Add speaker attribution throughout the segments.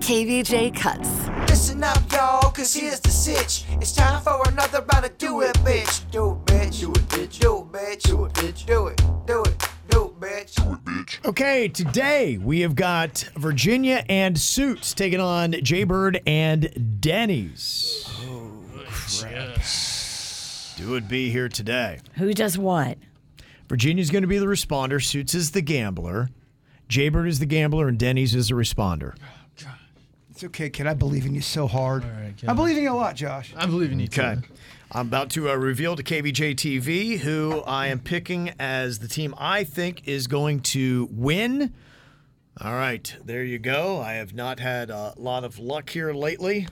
Speaker 1: KVJ cuts.
Speaker 2: Listen up, y'all, cause here's the sitch. It's time for another round of do it, bitch. Do it, bitch. Do it, bitch. Do it, bitch. Do it, bitch. Do it, do it, do it, bitch.
Speaker 3: Okay, today we have got Virginia and Suits taking on Jaybird and Denny's. Oh, crap. Do it be here today.
Speaker 4: Who does what?
Speaker 3: Virginia's going to be the responder, Suits is the gambler, Jaybird is the gambler, and Denny's is the responder.
Speaker 5: It's okay, kid. I believe in you so hard. I believe in you a lot, Josh.
Speaker 6: I believe in you.
Speaker 3: Okay. I'm about to uh, reveal to KBJ TV who I am picking as the team I think is going to win. All right, there you go. I have not had a lot of luck here lately.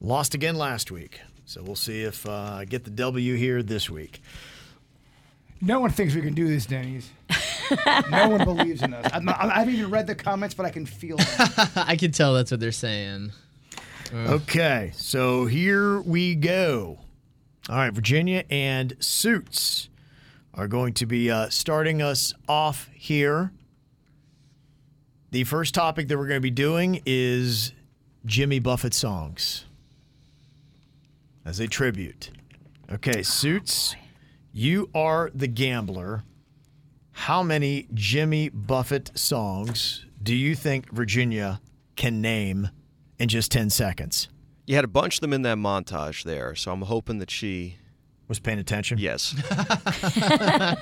Speaker 3: Lost again last week. So we'll see if uh, I get the W here this week.
Speaker 5: No one thinks we can do this, Denny's. no one believes in us. I'm not, I haven't even read the comments, but I can feel them.
Speaker 6: I can tell that's what they're saying.
Speaker 3: Okay, so here we go. All right, Virginia and Suits are going to be uh, starting us off here. The first topic that we're going to be doing is Jimmy Buffett songs as a tribute. Okay, Suits, you are the gambler. How many Jimmy Buffett songs do you think Virginia can name in just 10 seconds?
Speaker 7: You had a bunch of them in that montage there, so I'm hoping that she.
Speaker 3: Was paying attention?
Speaker 7: Yes.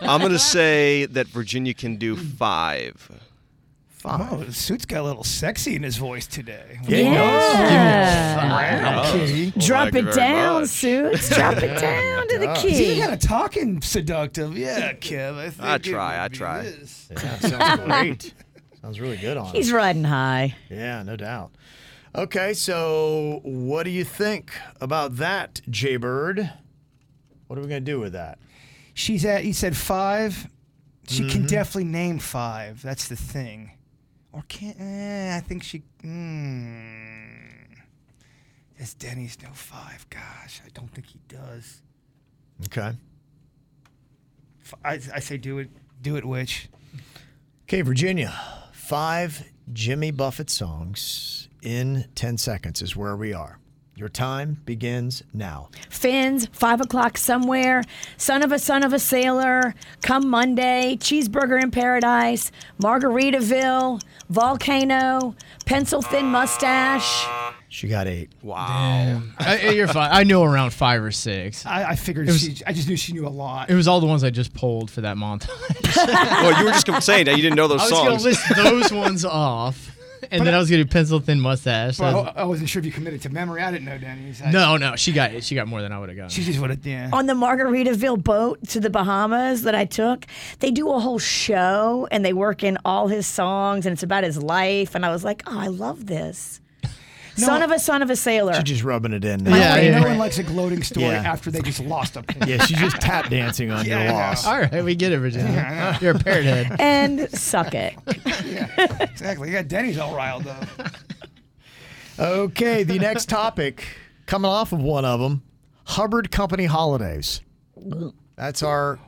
Speaker 7: I'm going to say that Virginia can do five.
Speaker 5: Oh, the suit's got a little sexy in his voice today.
Speaker 3: Yeah.
Speaker 5: Okay.
Speaker 4: Drop
Speaker 7: thank you
Speaker 4: it
Speaker 7: very
Speaker 4: down,
Speaker 7: much.
Speaker 4: Suits. Drop it down to the
Speaker 5: You
Speaker 4: key.
Speaker 5: got a talking seductive. Yeah, Kev. I, think
Speaker 7: I
Speaker 5: it
Speaker 7: try,
Speaker 5: would
Speaker 7: I
Speaker 5: be
Speaker 7: try.
Speaker 5: this.
Speaker 3: Yeah, sounds great. sounds really good on
Speaker 4: He's
Speaker 3: him.
Speaker 4: riding high.
Speaker 3: Yeah, no doubt. Okay, so what do you think about that, Jaybird? What are we going to do with that?
Speaker 5: She's at, he said five. She can definitely name five. That's the thing. Or can't, eh, I think she, mm, does Denny's know five? Gosh, I don't think he does.
Speaker 3: Okay.
Speaker 5: F- I, I say do it, do it, witch.
Speaker 3: Okay, Virginia, five Jimmy Buffett songs in 10 seconds is where we are. Your time begins now.
Speaker 4: Finn's, five o'clock somewhere. Son of a son of a sailor. Come Monday. Cheeseburger in paradise. Margaritaville. Volcano. Pencil thin mustache.
Speaker 3: She got eight.
Speaker 7: Wow.
Speaker 6: I, you're fine. I knew around five or six.
Speaker 5: I, I figured
Speaker 6: was-
Speaker 5: she, I just knew she knew a lot.
Speaker 6: It was all the ones I just pulled for that montage.
Speaker 7: well, you were just saying that you didn't know those
Speaker 6: I was gonna
Speaker 7: songs.
Speaker 6: list those ones off, and then I uh, was gonna do pencil thin mustache.
Speaker 5: Well,
Speaker 6: That's-
Speaker 5: I, I wasn't sure if you committed to memory. I didn't know Denny's. I,
Speaker 6: no, no, she got she got more than I would have
Speaker 5: She
Speaker 6: gotten.
Speaker 5: just would have, yeah.
Speaker 4: on the Margaritaville boat to the Bahamas that I took, they do a whole show and they work in all his songs and it's about his life. And I was like, oh, I love this. son of a son of a sailor.
Speaker 3: She's just rubbing it in.
Speaker 6: Yeah,
Speaker 3: Now.
Speaker 5: Hey,
Speaker 6: yeah.
Speaker 5: no one likes a gloating story
Speaker 3: Yeah.
Speaker 5: after they just lost a point.
Speaker 3: Yeah, she's just tap dancing on
Speaker 5: Yeah, I
Speaker 3: your
Speaker 5: know.
Speaker 3: loss.
Speaker 6: All right, we get it, Virginia. You're a parrot head.
Speaker 4: and suck it.
Speaker 5: Exactly. Yeah, Denny's all riled up.
Speaker 3: Okay, the next topic coming off of one of them, Hubbard Company holidays. That's our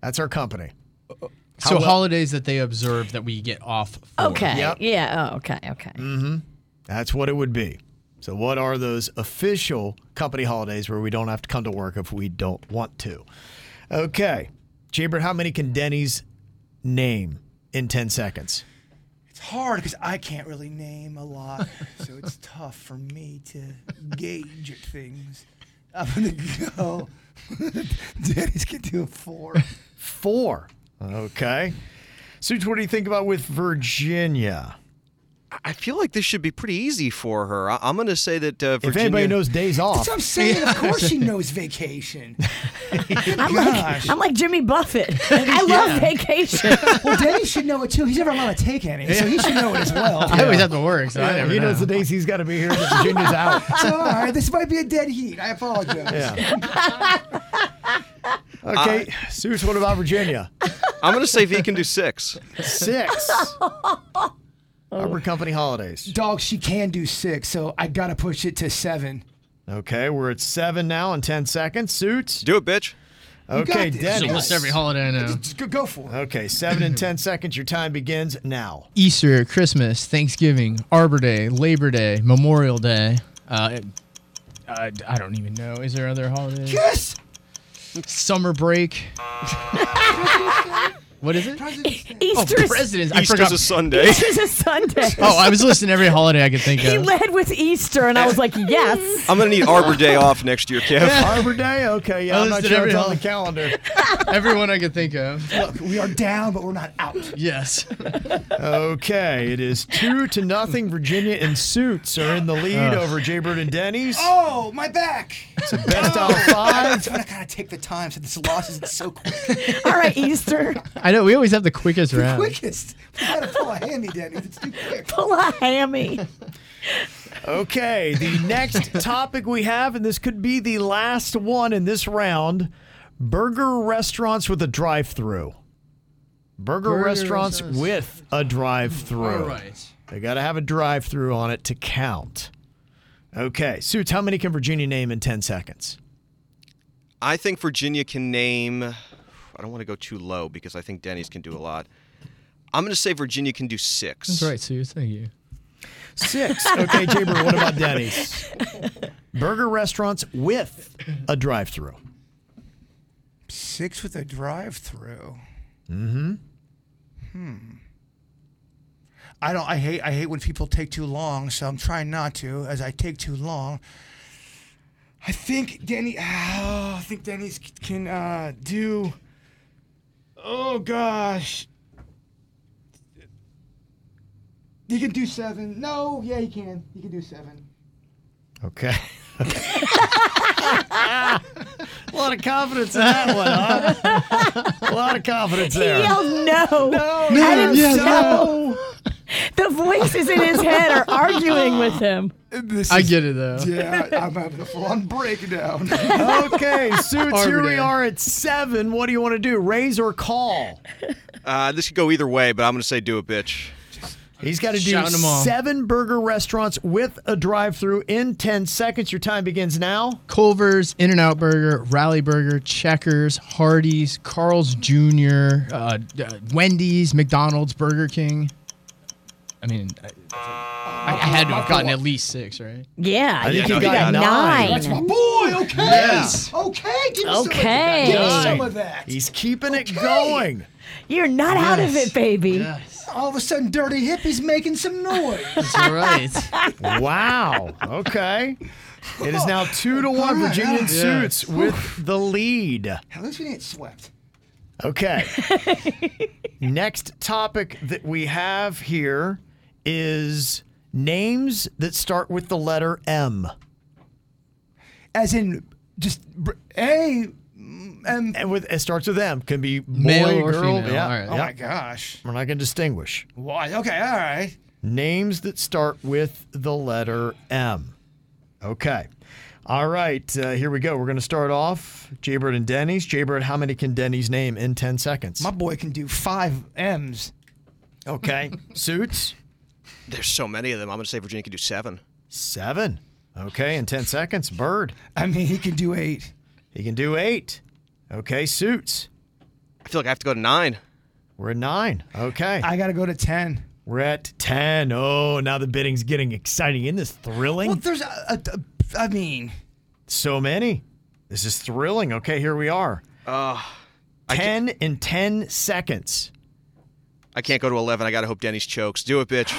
Speaker 3: that's our company.
Speaker 6: So
Speaker 3: well-
Speaker 6: holidays that they observe that we get off. For.
Speaker 4: Okay.
Speaker 3: Yep.
Speaker 4: Yeah. Oh, okay. Okay.
Speaker 3: That's what it would be. So what are those official company holidays where we don't have to come to work if we don't want to? Okay. Jaybird, how many can Denny's name in 10 seconds?
Speaker 5: It's hard because I can't really name a lot, so it's tough for me to gauge at things. I'm gonna go. Denny's can do a four.
Speaker 3: Four. Okay. Suits, what do you think about with Virginia?
Speaker 7: I feel like this should be pretty easy for her. I- I'm going to say that uh,
Speaker 3: If
Speaker 7: Virginia.
Speaker 3: anybody knows days off,
Speaker 5: That's what I'm saying. Of course she knows vacation.
Speaker 4: I'm like,
Speaker 5: Gosh.
Speaker 4: I'm like Jimmy Buffett. I love vacation.
Speaker 5: Well, Denny should know it too. He's never allowed to take any, so he should know it as well.
Speaker 6: I always have to work, so I never
Speaker 3: he
Speaker 6: know.
Speaker 3: knows the days he's got to be here. That Virginia's out.
Speaker 5: So, all right, this might be a dead heat. I apologize.
Speaker 3: Yeah. Okay, Suits, what about Virginia?
Speaker 7: I'm going to say V can do six.
Speaker 3: Six. Arbor Company holidays.
Speaker 5: Dog, she can do six, so I gotta push it to seven.
Speaker 3: Okay, we're at seven now in 10 seconds. Suits.
Speaker 7: Do it, bitch.
Speaker 3: Okay,
Speaker 5: this.
Speaker 6: It's
Speaker 3: Dennis.
Speaker 6: almost every holiday I know.
Speaker 5: Just go, go for it.
Speaker 3: Okay, seven and 10 seconds. Your time begins now.
Speaker 6: Easter, Christmas, Thanksgiving, Arbor Day, Labor Day, Memorial Day. Uh, I, I don't even know. Is there other holidays?
Speaker 5: Yes.
Speaker 6: Summer break. what is it? Oh,
Speaker 4: Easter's,
Speaker 6: presidents. I
Speaker 7: Easter's
Speaker 6: forgot.
Speaker 7: a Sunday.
Speaker 4: Easter's a Sunday.
Speaker 6: oh, I was listing every holiday I could think
Speaker 4: He
Speaker 6: of.
Speaker 4: led with Easter, and I was like, yes.
Speaker 7: I'm going to need Arbor Day off next year, Kev.
Speaker 3: Arbor Day? Okay, yeah,
Speaker 6: Oh,
Speaker 3: I'm
Speaker 6: this
Speaker 3: not
Speaker 6: did
Speaker 3: sure
Speaker 6: every
Speaker 3: it's on the
Speaker 6: holiday.
Speaker 3: calendar.
Speaker 6: Everyone I could think of.
Speaker 5: Look, we are down, but we're not out.
Speaker 6: Yes.
Speaker 3: Okay, it is two to nothing. Virginia and Suits are in the lead over Jaybird and Denny's.
Speaker 5: Oh, my back. Oh,
Speaker 3: Best out of five.
Speaker 5: That's when I gotta take the time so this loss isn't so quick.
Speaker 4: All right, Easter.
Speaker 6: I know. We always have the quickest round.
Speaker 5: Quickest. We gotta pull a handy, Denny. It's too quick.
Speaker 4: Pull a hammy.
Speaker 3: Okay, the next topic we have, and this could be the last one in this round burger restaurants with a drive through. Burger,
Speaker 6: Burger
Speaker 3: restaurants,
Speaker 6: restaurants.
Speaker 3: with a drive through.
Speaker 6: All right.
Speaker 3: They got to have a drive through on it to count. Okay, Suits, how many can Virginia name in 10 seconds?
Speaker 7: I think Virginia can name. I don't want to go too low because I think Denny's can do a lot. I'm going to say Virginia can do six.
Speaker 6: That's right, Sue. Thank you.
Speaker 3: Six. Okay, Jaber, what about Denny's? Burger restaurants with a drive through.
Speaker 5: Six with a drive-through. Mm-hmm. Hmm. I don't. I hate. I hate when people take too long. So I'm trying not to. As I take too long, I think Denny. Oh, I think Denny's c- can uh, do. Oh gosh. He can do seven. No, yeah, he can. He can do seven.
Speaker 3: Okay. a lot of confidence in that one, huh? A lot of confidence there.
Speaker 4: He yelled no.
Speaker 3: I didn't
Speaker 4: The voices in his head are arguing with him.
Speaker 5: This
Speaker 6: I
Speaker 5: is-
Speaker 6: get it, though.
Speaker 5: Yeah, I'm having a full-on breakdown.
Speaker 3: Okay, Suits, here we
Speaker 6: Arbor Day.
Speaker 3: are at seven. What do you want to do? Raise or call?
Speaker 7: Uh, this could go either way, but I'm going to say do it, bitch.
Speaker 3: He's got to do
Speaker 6: Shouting 'em all.
Speaker 3: seven burger restaurants with a drive through in 10 seconds. Your time begins now.
Speaker 6: Culver's, In N Out Burger, Rally Burger, Checkers, Hardee's, Carl's Jr., uh, d- uh, Wendy's, McDonald's, Burger King. I mean, I, I, I had to have gotten at least six, right?
Speaker 4: Yeah, you
Speaker 3: think
Speaker 7: he
Speaker 4: got,
Speaker 7: got
Speaker 3: nine.
Speaker 4: nine.
Speaker 5: That's my boy. Okay.
Speaker 3: Yes.
Speaker 5: Okay. Give me some of that.
Speaker 4: Okay.
Speaker 5: Give me
Speaker 3: Nine.
Speaker 5: some of that.
Speaker 3: He's keeping it going.
Speaker 4: You're not out of
Speaker 6: Yes.
Speaker 4: it, baby.
Speaker 5: All of a sudden, Dirty Hippie's making some noise.
Speaker 6: That's all right.
Speaker 3: Wow. Okay. It is now two to one.
Speaker 5: right,
Speaker 3: Virginia
Speaker 5: yeah.
Speaker 3: Suits with the lead.
Speaker 5: At least we didn't get swept.
Speaker 3: Okay. Next topic that we have here is names that start with the letter M.
Speaker 5: As in, just br- mm, a. And,
Speaker 3: And with it starts with M. Can be boy,
Speaker 6: Male or
Speaker 3: girl.
Speaker 6: female.
Speaker 3: Yeah.
Speaker 6: All right.
Speaker 5: oh
Speaker 3: yeah.
Speaker 5: my gosh.
Speaker 3: We're not going to distinguish.
Speaker 5: Why? Okay. All right.
Speaker 3: Names that start with the letter M. Okay. All right. Uh, here we go. We're going to start off Jaybird and Denny's. Jaybird, how many can Denny's name in 10 seconds?
Speaker 5: My boy can do five M's.
Speaker 3: Okay. Suits?
Speaker 7: There's so many of them. I'm going to say Virginia can do seven.
Speaker 3: Seven. Okay. In 10 seconds. Bird.
Speaker 5: I mean, he can do eight.
Speaker 3: He can do eight. Okay, suits.
Speaker 7: I feel like I have to go to nine.
Speaker 3: We're at nine. Okay.
Speaker 5: I gotta go to ten.
Speaker 3: We're at 10. Oh, now the bidding's getting exciting. Isn't this thrilling?
Speaker 5: Well, there's a. a, a I mean,
Speaker 3: so many. This is thrilling. Okay, here we are.
Speaker 7: Uh, I
Speaker 3: 10 in 10 seconds.
Speaker 7: I can't go to 11. I got to hope Denny's chokes. Do it, bitch.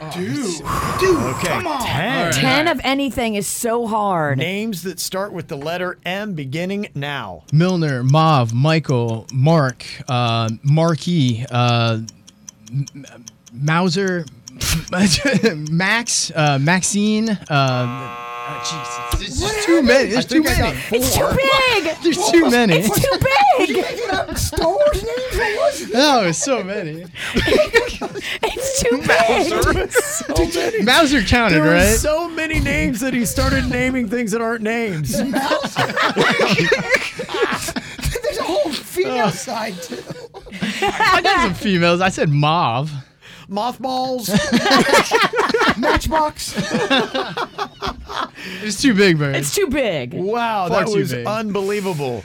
Speaker 3: Okay, ten.
Speaker 6: All right.
Speaker 4: Ten of anything is so hard.
Speaker 3: Names that start with the letter M beginning now.
Speaker 6: Milner, Mav, Michael, Mark, uh, Markey, uh, M- M- Mauser, Max, uh, Maxine. Uh, oh, Jesus, it's just too many. There's too
Speaker 3: think Ah, I got
Speaker 4: It's too big.
Speaker 6: many. There's too many.
Speaker 4: It's too big.
Speaker 6: Oh, it's so many.
Speaker 4: It's too big.
Speaker 6: Mauser counted,
Speaker 3: Oh, There were
Speaker 6: right?
Speaker 3: so many names that he started naming things that aren't names.
Speaker 8: There's a whole female side too.
Speaker 6: I got some females. I said Mav.
Speaker 3: Mothballs.
Speaker 8: Matchbox.
Speaker 6: It's too big, Bird.
Speaker 4: It's too big.
Speaker 3: Wow, Oh,
Speaker 6: Far
Speaker 3: that
Speaker 6: too
Speaker 3: was
Speaker 6: big.
Speaker 3: unbelievable.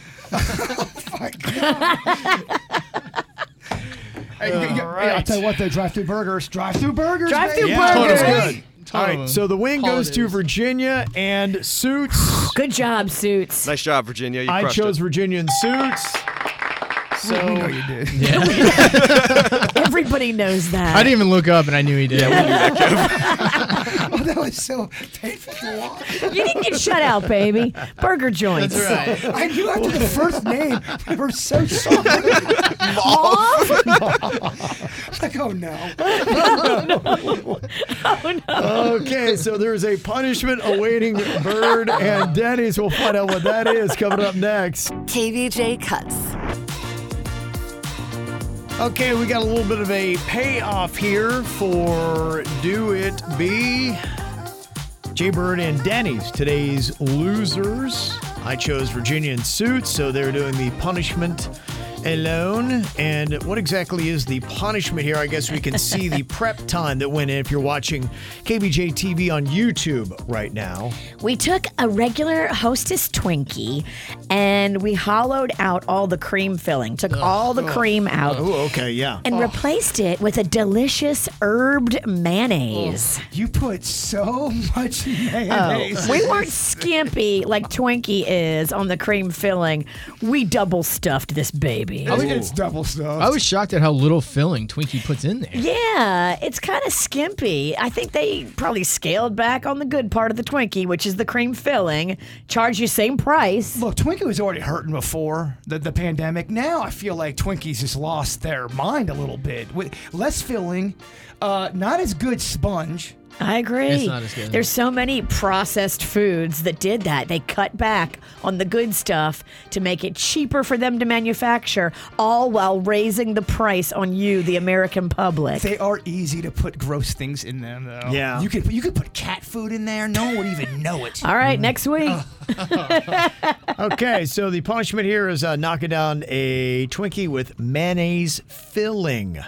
Speaker 8: I'll tell you what, though, drive-through burgers, drive-through burgers.
Speaker 4: Drive-through
Speaker 8: baby.
Speaker 3: Yeah,
Speaker 4: burgers.
Speaker 3: totally. Good.
Speaker 6: Ton
Speaker 3: All
Speaker 6: of
Speaker 3: right,
Speaker 6: them.
Speaker 3: so the win goes to
Speaker 6: Holidays.
Speaker 3: Virginia and Suits.
Speaker 4: Good job, suits.
Speaker 7: Nice job, Virginia. You
Speaker 3: I
Speaker 7: crushed
Speaker 3: chose
Speaker 7: it.
Speaker 3: Virginia and Suits. So
Speaker 4: Everybody knows that.
Speaker 6: I didn't even look up, and I knew he did.
Speaker 8: Oh, that was so painful to watch.
Speaker 4: You didn't get shut out, baby. Burger joints.
Speaker 6: That's right.
Speaker 8: I knew after the first name, we were so shocked.
Speaker 6: Oh,
Speaker 8: like, oh no.
Speaker 4: Oh,
Speaker 3: okay, so there's a punishment awaiting Bird and Denny's. We'll find out what that is coming up next.
Speaker 1: KVJ Cuts.
Speaker 3: Okay, we got a little bit of a payoff here for Do It Be. Jay Bird and Denny's, today's losers. I chose Virginia and Suits, so they're doing the punishment alone. And what exactly is the punishment here? I guess we can see the prep time that went in if you're watching KBJ TV on YouTube right now.
Speaker 4: We took a regular hostess Twinkie and we hollowed out all the cream filling, took all the cream out,
Speaker 3: Oh, okay, yeah.
Speaker 4: and replaced it with a delicious herbed mayonnaise.
Speaker 8: You put so much
Speaker 5: Oh.
Speaker 8: mayonnaise.
Speaker 4: We weren't skimpy like Twinkie is on the cream filling. We double stuffed this baby.
Speaker 5: Oh,
Speaker 8: I think it's double stuff.
Speaker 6: I was shocked at how little filling Twinkie puts in there.
Speaker 4: Yeah, it's kind of skimpy. I think they probably scaled back on the good part of the Twinkie, which is the cream filling. Charge you same price.
Speaker 8: Look, Twinkie was already hurting before the, the pandemic. Now I feel like Twinkies has lost their mind a little bit. With less filling, uh, not as good sponge.
Speaker 4: I agree.
Speaker 6: It's not as good.
Speaker 4: There's so many processed foods that did that. They cut back on the good stuff to make it cheaper for them to manufacture, all while raising the price on you, the American public.
Speaker 8: They are easy to put gross things in them, though.
Speaker 3: Yeah.
Speaker 8: you could you could put cat food in there. No one would even know it.
Speaker 4: all
Speaker 3: Mm.
Speaker 4: right, next week.
Speaker 3: Oh, Okay, so the punishment here is uh, knocking down a Twinkie with mayonnaise filling.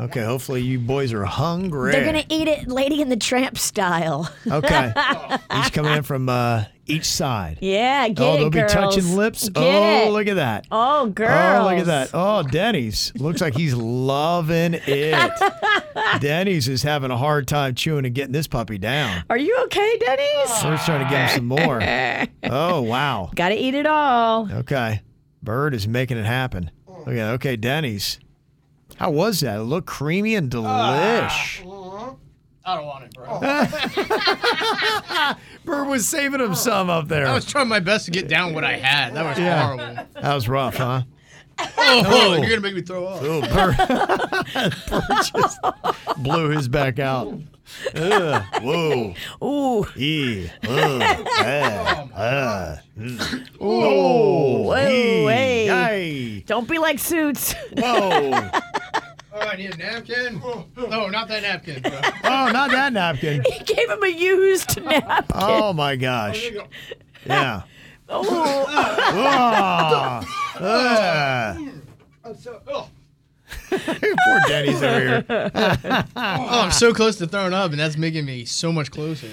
Speaker 3: Okay, hopefully you boys are hungry.
Speaker 4: They're going to eat it Lady and the Tramp style.
Speaker 3: okay, each coming in from uh, each side.
Speaker 4: Yeah, get
Speaker 3: oh,
Speaker 4: it,
Speaker 3: they'll
Speaker 4: girls.
Speaker 3: be touching lips.
Speaker 4: Get
Speaker 3: oh,
Speaker 4: it.
Speaker 3: look at that.
Speaker 4: Oh, girls.
Speaker 3: Oh, look at that. Oh, Denny's looks like he's loving it. Denny's is having a hard time chewing and getting this puppy down.
Speaker 4: Are you okay, Denny's?
Speaker 3: We're trying to get him some more. Oh, wow.
Speaker 4: Got to eat it all.
Speaker 3: Okay. Bird is making it happen. Okay, okay, Denny's. How was that? It looked creamy and delish.
Speaker 6: I don't want it, bro.
Speaker 3: Bird was saving him some up there.
Speaker 6: I was trying my best to get down what I had. That was horrible.
Speaker 3: That was rough, huh?
Speaker 6: Oh, you're gonna make me throw up.
Speaker 3: Oh, Bird, Bird just blew his back out. Ugh,
Speaker 4: Ooh.
Speaker 3: whoa. Ew. Ugh. Ah. Ah. Mm. Oh,
Speaker 4: Whoa,
Speaker 3: ee.
Speaker 4: hey.
Speaker 3: Ay.
Speaker 4: Don't be like suits.
Speaker 3: Whoa.
Speaker 6: Oh, I need a napkin. No, not that napkin. Bro.
Speaker 3: Oh, not that napkin.
Speaker 4: he gave him a used nap.
Speaker 3: Oh my gosh. Yeah.
Speaker 4: Oh.
Speaker 3: Ah. Ah. Poor Denny's over here.
Speaker 6: Oh, I'm so close to throwing up, and that's making me so much closer.